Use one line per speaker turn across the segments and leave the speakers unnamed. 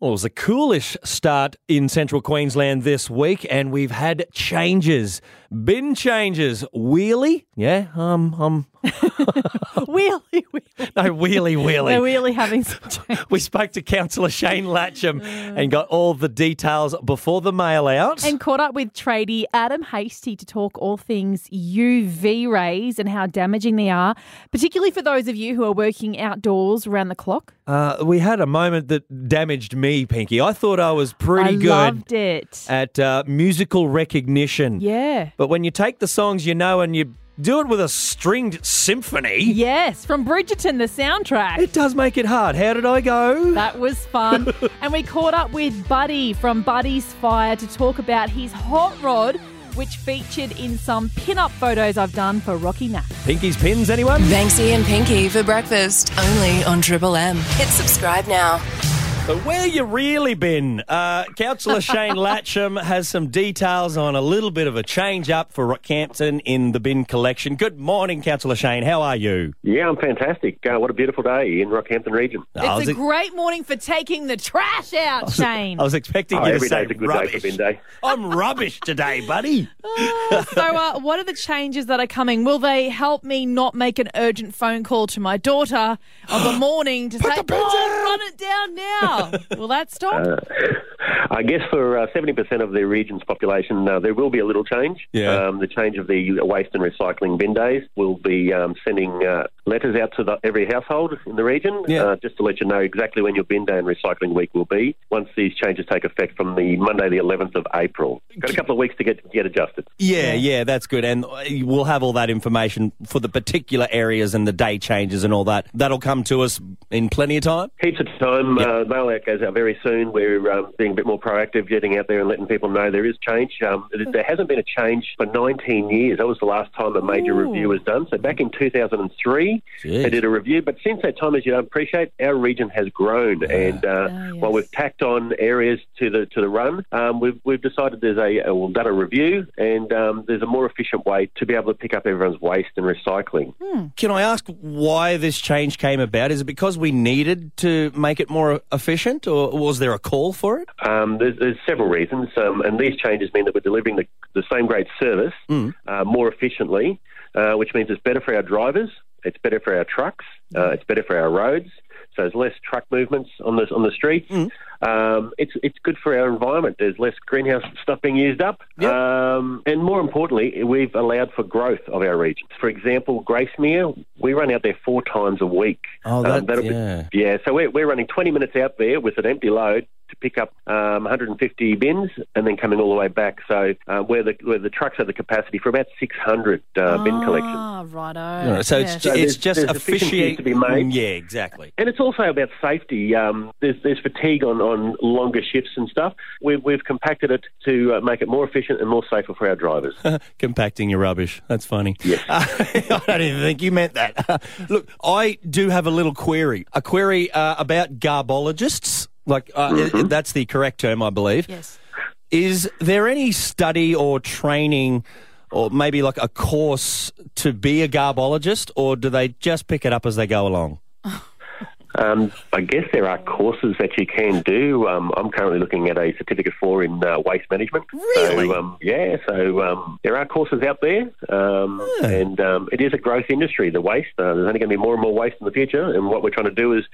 Well, it was a coolish start in central Queensland this week, and we've had changes, bin changes. Wheelie, yeah, um, um,
Wheelie, wheelie.
no, wheelie,
They're
wheelie.
really having some change.
We spoke to Councillor Shane Latcham and got all the details before the mail out.
Mm. And caught up with tradie Adam Hasty to talk all things UV rays and how damaging they are, particularly for those of you who are working outdoors around the clock.
Uh, we had a moment that damaged me, Pinky. I thought I was pretty
I
good
loved it.
at uh, musical recognition.
yeah.
But when you take the songs you know and you do it with a stringed symphony,
Yes, from Bridgerton, the soundtrack.
it does make it hard. How did I go?
That was fun. and we caught up with Buddy from Buddy's Fire to talk about his hot rod, which featured in some pin-up photos I've done for Rocky Nat.
Pinky's pins, anyone?
Banksy and Pinky for breakfast, only on Triple M. Hit subscribe now.
But where you really been? Uh, Councillor Shane Latcham has some details on a little bit of a change up for Rockhampton in the bin collection. Good morning, Councillor Shane. How are you?
Yeah, I'm fantastic. Uh, what a beautiful day in Rockhampton region.
I
It's
was
a
ex-
great morning for taking the trash out, Shane.
I was expecting
Oh,
you to
every
say
day's a good
rubbish.
day for bin day.
I'm rubbish today, buddy.
so, uh, what are the changes that are coming? Will they help me not make an urgent phone call to my daughter of a morning to say,
the pins
"Oh,
out!"
run it down now"? Will that stop?
Uh, I guess for uh, 70% of the region's population, uh, there will be a little change.
Yeah.
Um, the change of the waste and recycling bin days will be um, sending uh, letters out to the, every household in the region
Yeah.
uh, just to let you know exactly when your bin day and recycling week will be once these changes take effect from the Monday, the 11th of April. Got a couple of weeks to get, get adjusted.
Yeah, yeah, that's good. And uh, we'll have all that information for the particular areas and the day changes and all that. That'll come to us in plenty of time.
Heaps of time. Uh, mail out goes out very soon. We're um, being a bit more proactive, getting out there and letting people know there is change. Um, th- there hasn't been a change for 19 years. That was the last time a major
Ooh.
review was done. So back in 2003, they
Jeez.
did a review. But since that time, as you appreciate, our region has grown. And uh,
Ah, yes.
while we've tacked on areas to the to the run, um, we've, we've decided there's a uh, we've done a review, and um, there's a more efficient way to be able to pick up everyone's waste and recycling.
Can I ask why this change came about? Is it because we needed to make it more efficient, or was there a call for it?
Um, there's, there's several reasons, um, and these changes mean that we're delivering the, the same great service uh, more efficiently, uh, which means it's better for our drivers, it's better for our trucks, uh, it's better for our roads. So there's less truck movements on the on the streets. Um, it's it's good for our environment. There's less greenhouse stuff being used up,
Yep.
um, and more importantly, we've allowed for growth of our region. For example, Gracemere, we run out there four times a week.
Oh,
Um,
that,
that'll be-
yeah.
yeah, so we're, we're running 20 minutes out there with an empty load to pick up um, 150 bins and then coming all the way back. So uh, where the where the trucks have the capacity for about 600 uh, bin collections.
Ah, righto.
All right, so
Yeah.
it's,
So
it's
there's-
just
there's efficiencies
officiating.
to be made.
Yeah, exactly.
And it's also about safety. Um, there's, there's fatigue on, on longer shifts and stuff. We've, we've compacted it to uh, make it more efficient and more safer for our drivers.
Compacting your rubbish. That's funny. Uh, I don't even think you meant that. Look, I do have a little query. A query uh, about garbologists. Like, uh, i- i-
Mm-hmm.
that's the correct term, I believe.
Yes.
Is there any study or training or maybe like a course to be a garbologist, or do they just pick it up as they go along?
Um, I guess there are courses that you can do. Um, I'm currently looking at a certificate four in uh, waste management.
Really?
So, um, yeah. So um, there are courses out there, um, and um, it is a growth industry. The waste. Uh, there's only going to be more and more waste in the future, and what we're trying to do is.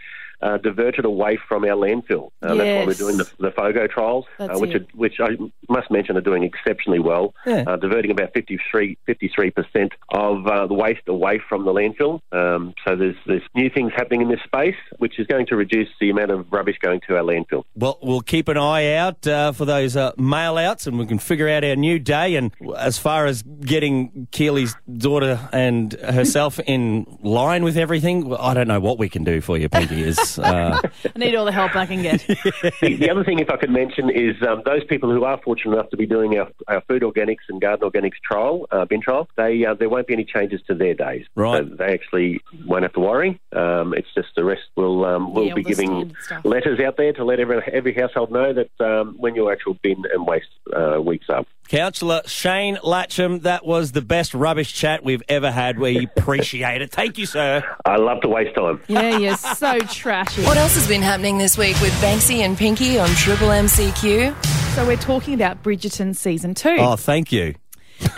Uh, divert it away from our landfill. Uh, That's why
Yes.
we're doing the, the FOGO trials,
That's
uh, which,
it.
are, which I must mention are doing exceptionally well,
Yeah.
uh, diverting about 53, 53% of uh, the waste away from the landfill. Um, so there's, there's new things happening in this space, which is going to reduce the amount of rubbish going to our landfill.
Well, we'll keep an eye out uh, for those uh, mail outs and we can figure out our new day. And as far as getting Keely's daughter and herself in line with everything, well, I don't know what we can do for you, Pinky. Is, uh,
I need all the help I can get.
the, the other thing, if I could mention, is um, those people who are fortunate enough to be doing our, our food organics and garden organics trial, uh, bin trial, they, uh, there won't be any changes to their days.
Right.
So they actually won't have to worry. Um, it's just the rest will um, will
Yeah, all
be
the
giving
standard stuff.
letters out there to let every, every household know that um, when your actual bin and waste uh, weeks up.
Councillor Shane Latcham, that was the best rubbish chat we've ever had. We appreciate it. Thank you, sir.
I love to waste time.
yeah, you're so trash is.
What else has been happening this week with Banksy and Pinky on Triple MCQ?
So we're talking about Bridgerton season two.
Oh, thank you.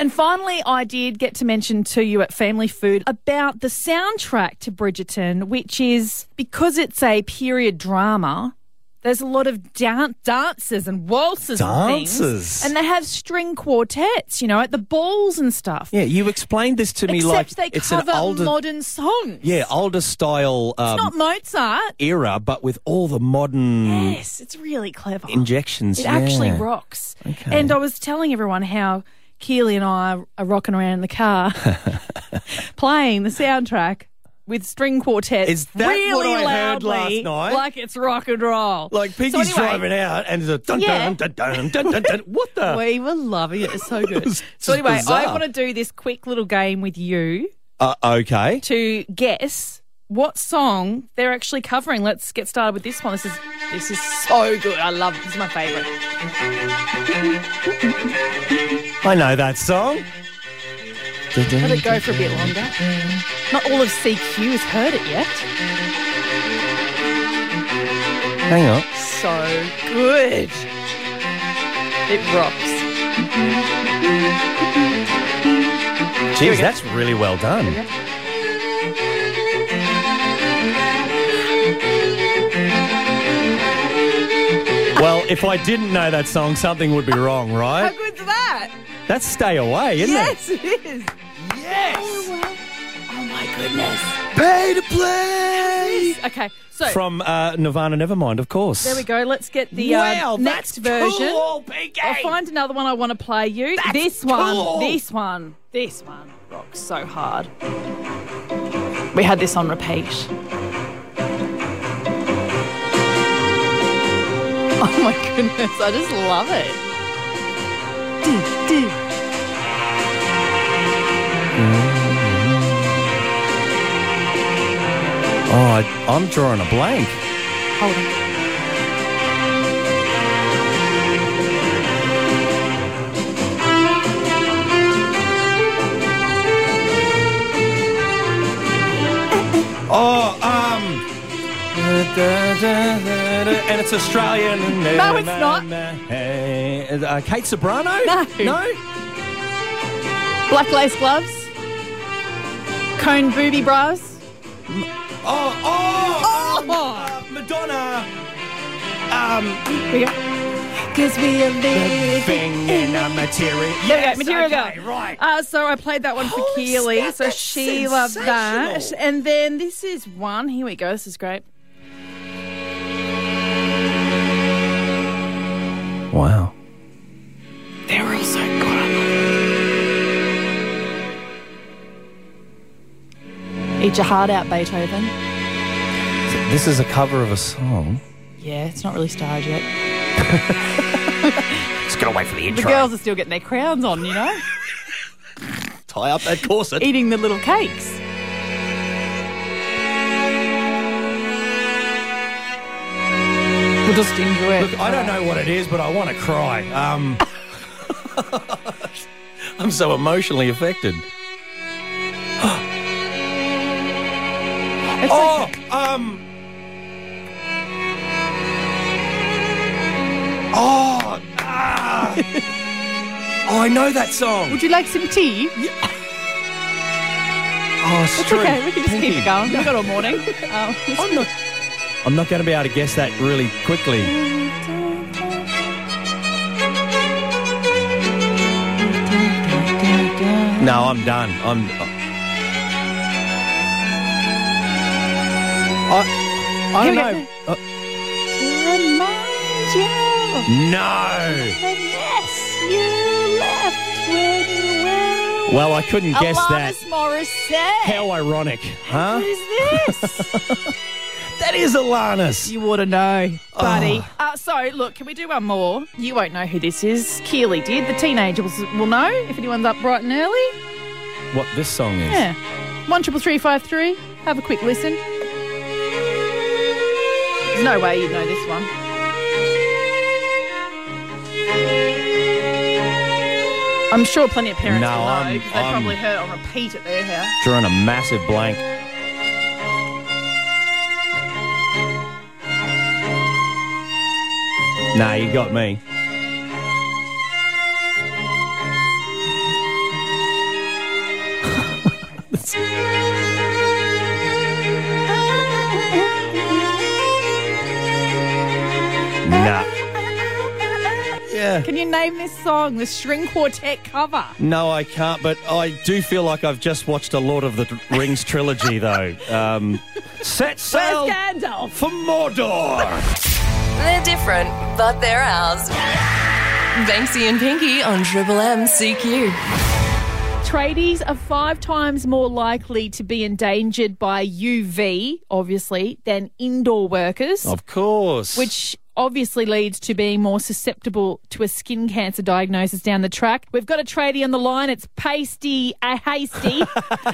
And finally, I did get to mention to you at Family Food about the soundtrack to Bridgerton, which is because it's a period drama. There's a lot of dan- dances and waltzes, and
Dances?
things, and they have string quartets, you know, at the balls and stuff.
Yeah, you explained this to me like
Except they
it's
cover
an older,
modern songs.
yeah, older style um,
not Mozart.
era, but with all the modern
Yes, it's really clever.
injections.
It actually
yeah.
rocks. And I was telling everyone how Keely and I are rocking around in the car playing the soundtrack with string quartets
Is that
really
what I heard last
loudly,
night?
like it's rock and roll.
Like Pinky's
so anyway,
driving out and there's a dun
Yeah.
dun dun dun dun dun dun. What the?
We were loving it. It's so good.
just
so anyway,
bizarre.
I want to do this quick little game with you
Uh, okay.
to guess what song they're actually covering. Let's get started with this one. This is this is so good. I love it. This is my favorite.
I know that song.
Let it go for a bit longer. Not all of CQ has heard it yet.
Hang on.
So good. It rocks.
Jeez, that's really well done. Well, if I didn't know that song, something would be wrong,
How
right?
good's that?
That's Stay Away, isn't it?
Yes, it is.
Yes!
Oh my goodness.
Pay to play!
Okay, so
From uh, Nirvana Nevermind, of course.
there we go. Let's get the uh,
Wow, that's
next version.
cool, PK.
I'll find another one I want to play you. this one,
cool.
this one, this one rocks so hard. We had this on repeat. Oh my goodness, I just love it. Do, do.
Oh, I, I'm drawing a blank.
Hold on.
Oh, um. And it's Australian.
No, it's not.
Uh, Kate Sobrano?
No. Black lace gloves, cone booby bras.
Oh, oh! um,
Oh.
uh, Madonna! Um,
Here we go. Cause we are living.
thing in a material.
There we go,
Yes,
material
okay,
girl.
Right.
Uh, so I played that one for
Holy
Keely.
snap,
so
that's
she loved that.
sensational.
And then this is one. Here we go. This is great.
Wow.
They're all so good. I love it. Eat your heart out, Beethoven.
This is a cover of a song.
Yeah, it's not really starred yet.
Just gotta wait for the
The
intro.
girls are still getting their crowns on, you know,
Tie up that corset.
eating the little cakes. We'll just enjoy it.
I don't know what it is, but I want to cry. Um, I'm so emotionally affected.
It's like-
Oh, um. Oh, ah. oh, I know that song.
would you like some tea?
Oh, it's
It's okay, we can just keep it going. We've got all morning. Um,
I'm not. I'm not going to be able to guess that really quickly. No, I'm done. I'm. I, I
Here
don't
we
know. Uh, no. Well, I couldn't guess that.
Alanis Morissette.
How ironic, huh?
Who's this?
That is Alanis.
you ought to know, buddy. Uh, so, look, can we do one more? You won't know who this is. Keely did. The teenagers will know if anyone's up bright and early.
What this song is?
Yeah. One triple three five three. Have a quick listen. There's no way you'd know this one. I'm sure plenty of parents
No,
will know
I'm-
because they
I'm-
probably heard it on repeat at their house.
Drawing a massive blank. Nah, you got me. nah. Yeah.
Can you name this song, the string quartet cover?
No, I can't. But I do feel like I've just watched a Lord of the Rings trilogy, though. Um, set sail
Where's Gandalf?
for Mordor.
They're different, but they're ours. Banksy and Pinky on Triple M CQ.
Tradies are five times more likely to be endangered by UV, obviously, than indoor workers,
Of course.
which obviously leads to being more susceptible to a skin cancer diagnosis down the track. We've got a tradie on the line. It's Pasty uh, Hasty.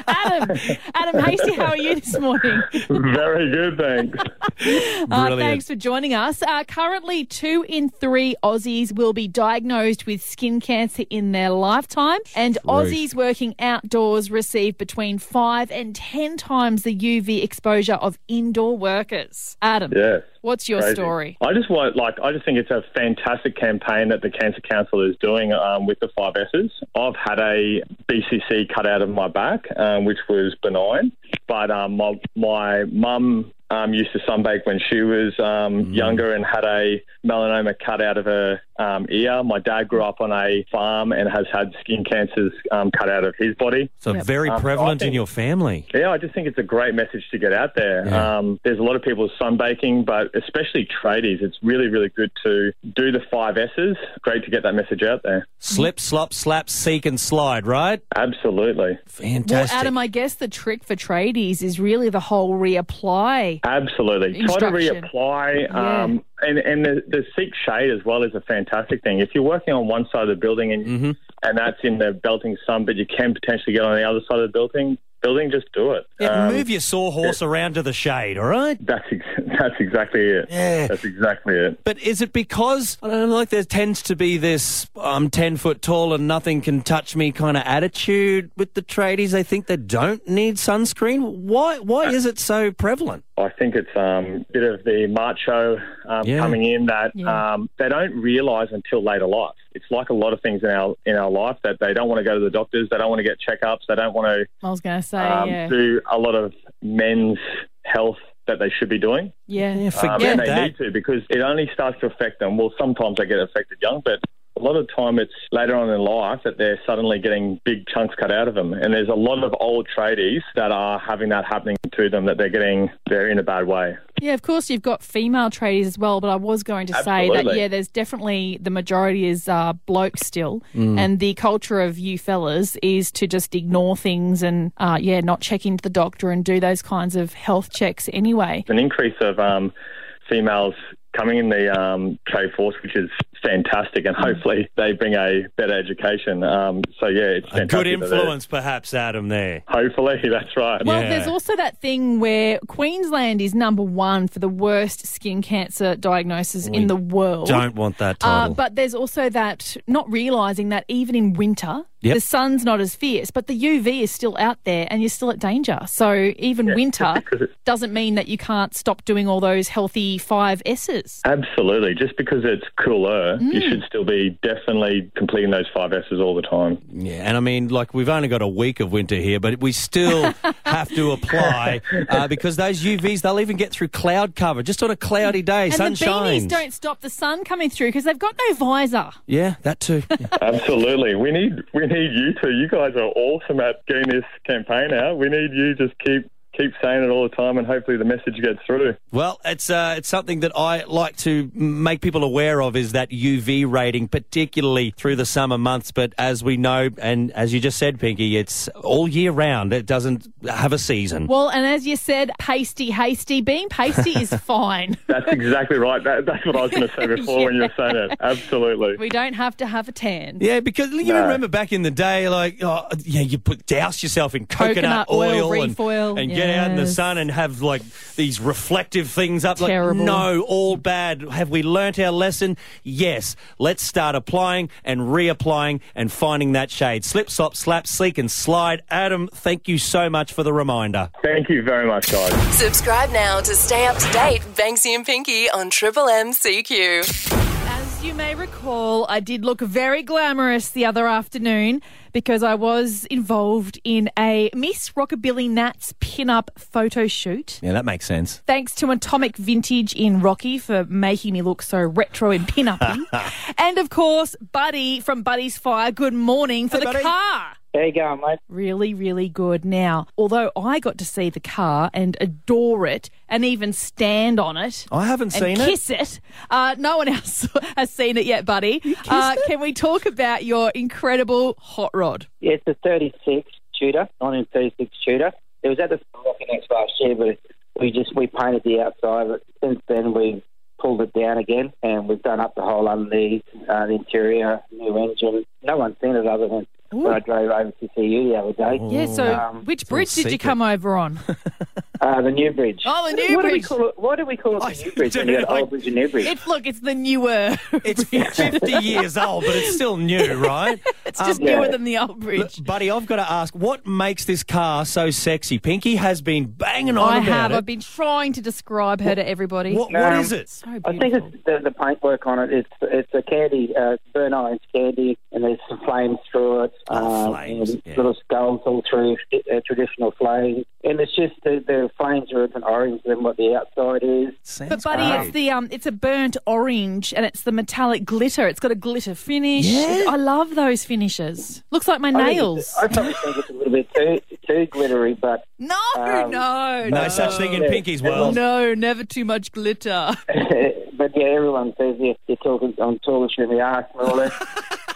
Adam, Adam Hasty, how are you this morning?
Very good, thanks.
Uh,
Brilliant.
thanks for joining us. Uh, currently, two in three Aussies will be diagnosed with skin cancer in their lifetime, and Aussies working outdoors receive between five and ten times the UV exposure of indoor workers. Adam,
Yes.
what's your
Crazy.
story?
I just want, like, I just think it's a fantastic campaign that the Cancer Council is doing um, with the five S's. I've had a BCC cut out of my back, um, which was benign, but um, my my mum um, used to sunbake when she was um, younger and had a melanoma cut out of her um, ear. My dad grew up on a farm and has had skin cancers um, cut out of his body.
so very
Um, I
prevalent in
think-
your family.
Yeah, I just think it's a great message to get out there.
Yeah.
Um, there's a lot of people sunbaking, but especially tradies, it's really, really good to do the five S's. Great to get that message out there.
Slip, slop, slap, seek, and slide. Right?
Absolutely.
Well,
Fantastic.
Adam, I guess the trick for tradies is really the whole reapply.
Absolutely. Try to
Instruction.
reapply.
Yeah.
Um, and and the, the seek shade as well is a fantastic thing. If you're working on one side of the building and, and that's in the belting sun, but you can potentially get on the other side of the building, building just do it.
yeah,
Um,
move your sawhorse around to the shade. All right.
that's, ex- that's exactly it.
Yeah.
That's exactly it.
But is it because I don't know, like there tends to be this I'm ten foot tall and nothing can touch me kind of attitude with the tradies? They think they don't need sunscreen. Why? Why is it so prevalent?
I think it's um, a bit of the macho um,
Yeah.
coming in that
Yeah.
um, they don't realise until later life. It's like a lot of things in our in our life that they don't want to go to the doctors, they don't want to get checkups, they don't want
I was going to say,
to um,
Oh, yeah.
do a lot of men's health that they should be doing.
yeah.
Yeah,
Um,
forget
and they
that.
need to because it only starts to affect them. Well, sometimes they get affected young, but a lot of time it's later on in life that they're suddenly getting big chunks cut out of them. And there's a lot of old tradies that are having that happening to them that they're getting, they're in a bad way.
Yeah, of course, you've got female tradies as well, but I was going to say that,
Absolutely.
yeah, there's definitely the majority is uh, blokes still, and the culture of you fellas is to just ignore things and, uh, yeah, not check into the doctor and do those kinds of health checks anyway.
An increase of um, females coming in the um, trade force, which is fantastic, and hopefully they bring a better education. Um, so, yeah, it's
A good
fantastic that they're-
influence, perhaps, Adam. There.
Hopefully, that's right.
Well,
Yeah.
there's also that thing where Queensland is number one for the worst skin cancer diagnosis in the world.
Don't want that
Uh,
title.
but there's also that not realizing that even in winter,
Yep.
the sun's not as fierce, but the UV is still out there and you're still at danger. So even winter doesn't mean that you can't stop doing all those healthy five S's.
Absolutely. Just because it's cooler, you
Mm.
should still be definitely completing those five S's all the time.
Yeah, and I mean, like we've only got a week of winter here, but we still have to apply uh, because those UVs they'll even get through cloud cover just on a cloudy day.
And
sun
the beanies
shines.
don't stop the sun coming through because they've got no visor.
Yeah, that too. Yeah.
Absolutely. We need we need you two. You guys are awesome at getting this campaign out. We need you just keep keep saying it all the time and hopefully the message gets through.
Well, it's uh, it's something that I like to make people aware of is that UV rating, particularly through the summer months. But as we know, and as you just said, Pinky, it's all year round. It doesn't have a season.
Well, and as you said, pasty, hasty. Being pasty is fine.
That's exactly right. That, that's what I was going to say before when you were saying it. Absolutely.
We don't have to have a tan.
Yeah, because you remember back in the day, like oh, yeah, you put douse yourself in coconut,
Coconut oil,
and,
reef oil,
and get out in the
yes.
sun and have like these reflective things up.
Terrible.
Like, no, all bad. Have we learnt our lesson? Yes. Let's start applying and reapplying and finding that shade. Slip, slop, slap, seek, and slide. Adam, thank you so much for the reminder.
Thank you very much, guys.
Subscribe now to stay up to date. Banksy and Pinky on Triple M CQ.
As you may recall, I did look very glamorous the other afternoon because I was involved in a Miss Rockabilly Nats pin-up photo shoot.
Yeah, that makes sense.
Thanks to Atomic Vintage in Rocky for making me look so retro and pin-uppy. and of course, Buddy from Buddy's Fire, good morning for
Hey,
the
Buddy.
car.
There you go, mate.
Really, really good. Now, although I got to see the car and adore it and even stand on it
I haven't
and
seen it.
kiss it. Uh, no one else has seen it yet, buddy. Uh, Can we talk about your incredible hot rod?
Yeah, it's a 36 Tudor, 1936 Tudor. It was at the Rockinex last year, but we just we painted the outside. But since then, we've pulled it down again, and we've done up the whole underneath, uh, the interior, new engine. No one's seen it other than when I drove over to see you the other day.
Yeah. So,
Um,
which bridge did you
secret.
come over on?
Uh, the new bridge.
Oh, the new
what
bridge.
Do we call it, why do we call
I
it the new bridge when
don't
you got
know.
old bridge and new bridge?
It's look, it's the newer.
It's 50 years old, but it's still new, right?
it's just
yeah.
newer than the old bridge.
Buddy, I've got to ask, what makes this car so sexy? Pinky has been banging on
I
about
have.
it.
I've been trying to describe her to everybody.
What, what
Um,
is it?
So
I think
beautiful.
it's the, the paintwork on it. It's it's a candy, uh, burnt orange candy, and there's some flames through it.
Oh,
um,
flames,
and
yeah.
Little skulls all through uh, traditional flames, and it's just the, the flames are a bit orange than what the outside is.
But buddy,
great.
it's the um, it's a burnt orange, and it's the metallic glitter. It's got a glitter finish.
Yeah.
I love those finishes. Looks like my nails.
I probably think it's a little bit too too glittery, but
no,
um,
no,
no such thing in
yeah.
Pinky's world.
No, never too much glitter.
but yeah, everyone says yeah, you're talking on tallish than the arse and all that.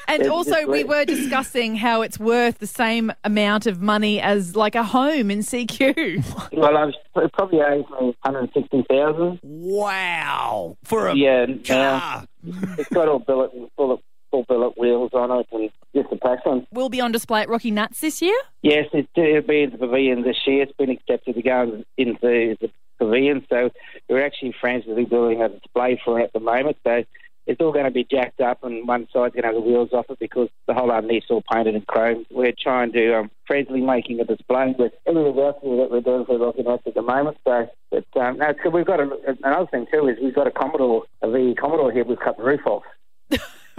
And
It's
also,
just
we
like-
were discussing how it's worth the same amount of money as like a home in CQ.
well, I'm it probably aged me 160,000.
Wow. For a
Yeah, and, uh,
car.
It's got all billet, bullet, full billet wheels on it and just a pack on.
Will be on display at Rocky Nuts this year.
Yes, it's, it'll be in the pavilion this year. It's been accepted to go into the pavilion. So we're actually frantically building a display for it at the moment. So it's all going to be jacked up and one side's going to have the wheels off it because the whole underneath's all painted in chrome. We're trying to um, frantically making a display with everything else that we're doing for Rocky Nights at the moment. So but, um, no, so we've got a, another thing too is we've got a Commodore, a VE Commodore here. We've cut the roof off.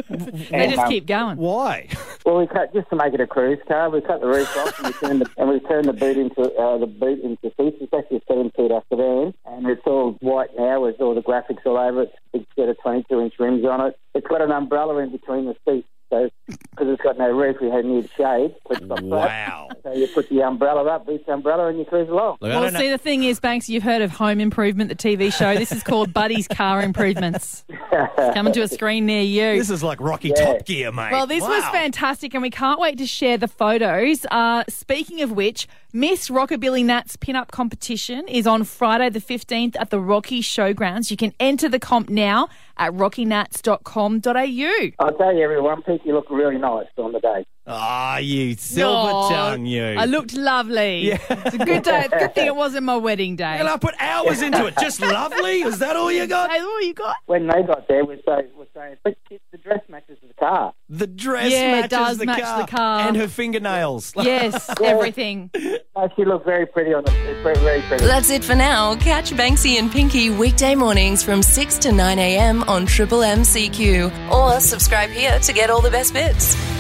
They just
um,
keep going.
Why?
Well, we cut just to make it a cruise car. We cut the roof off and we turned the, and we turned the boot into uh, the boot into seats. It's actually a seven seater sedan, and it's all white now with all the graphics all over it. It's got a 22 inch rims on it. It's got an umbrella in between the seats, so because it's got no roof, we had need shade. Put stuff that.
Wow.
So you put the umbrella up, beach umbrella, and you cruise along.
Look, I
Well,
don't know-
see, the thing is, Banks, you've heard of Home Improvement, the TV show. This is called Buddy's Car Improvements. It's coming to a screen near you.
This is like Rocky Top Gear, mate.
Well, this was
Wow.
fantastic, and we can't wait to share the photos. Uh, speaking of which, Miss Rockabilly Nats pin-up competition is on Friday the 15th at the Rocky Showgrounds. You can enter the comp now at rockynats.com.au.
I'll tell you, everyone, Pinky looked really nice on the day.
Ah, you silver
Aw,
tongue, you.
I looked lovely. It's a good day. Good thing it wasn't my wedding day.
and I put hours into it. Just lovely. Is that all you got?
Hey, what you got?
When they got there, we're, so, we're saying, but the dress matches the car.
The dress
Yeah, it
matches
does
the,
match
car
the car.
and her fingernails.
Yes, everything.
No, she looked very pretty on the very, very pretty.
That's it for now. Catch Banksy and Pinky weekday mornings from 6 to 9 a.m. on Triple MCQ or subscribe here to get all the best bits.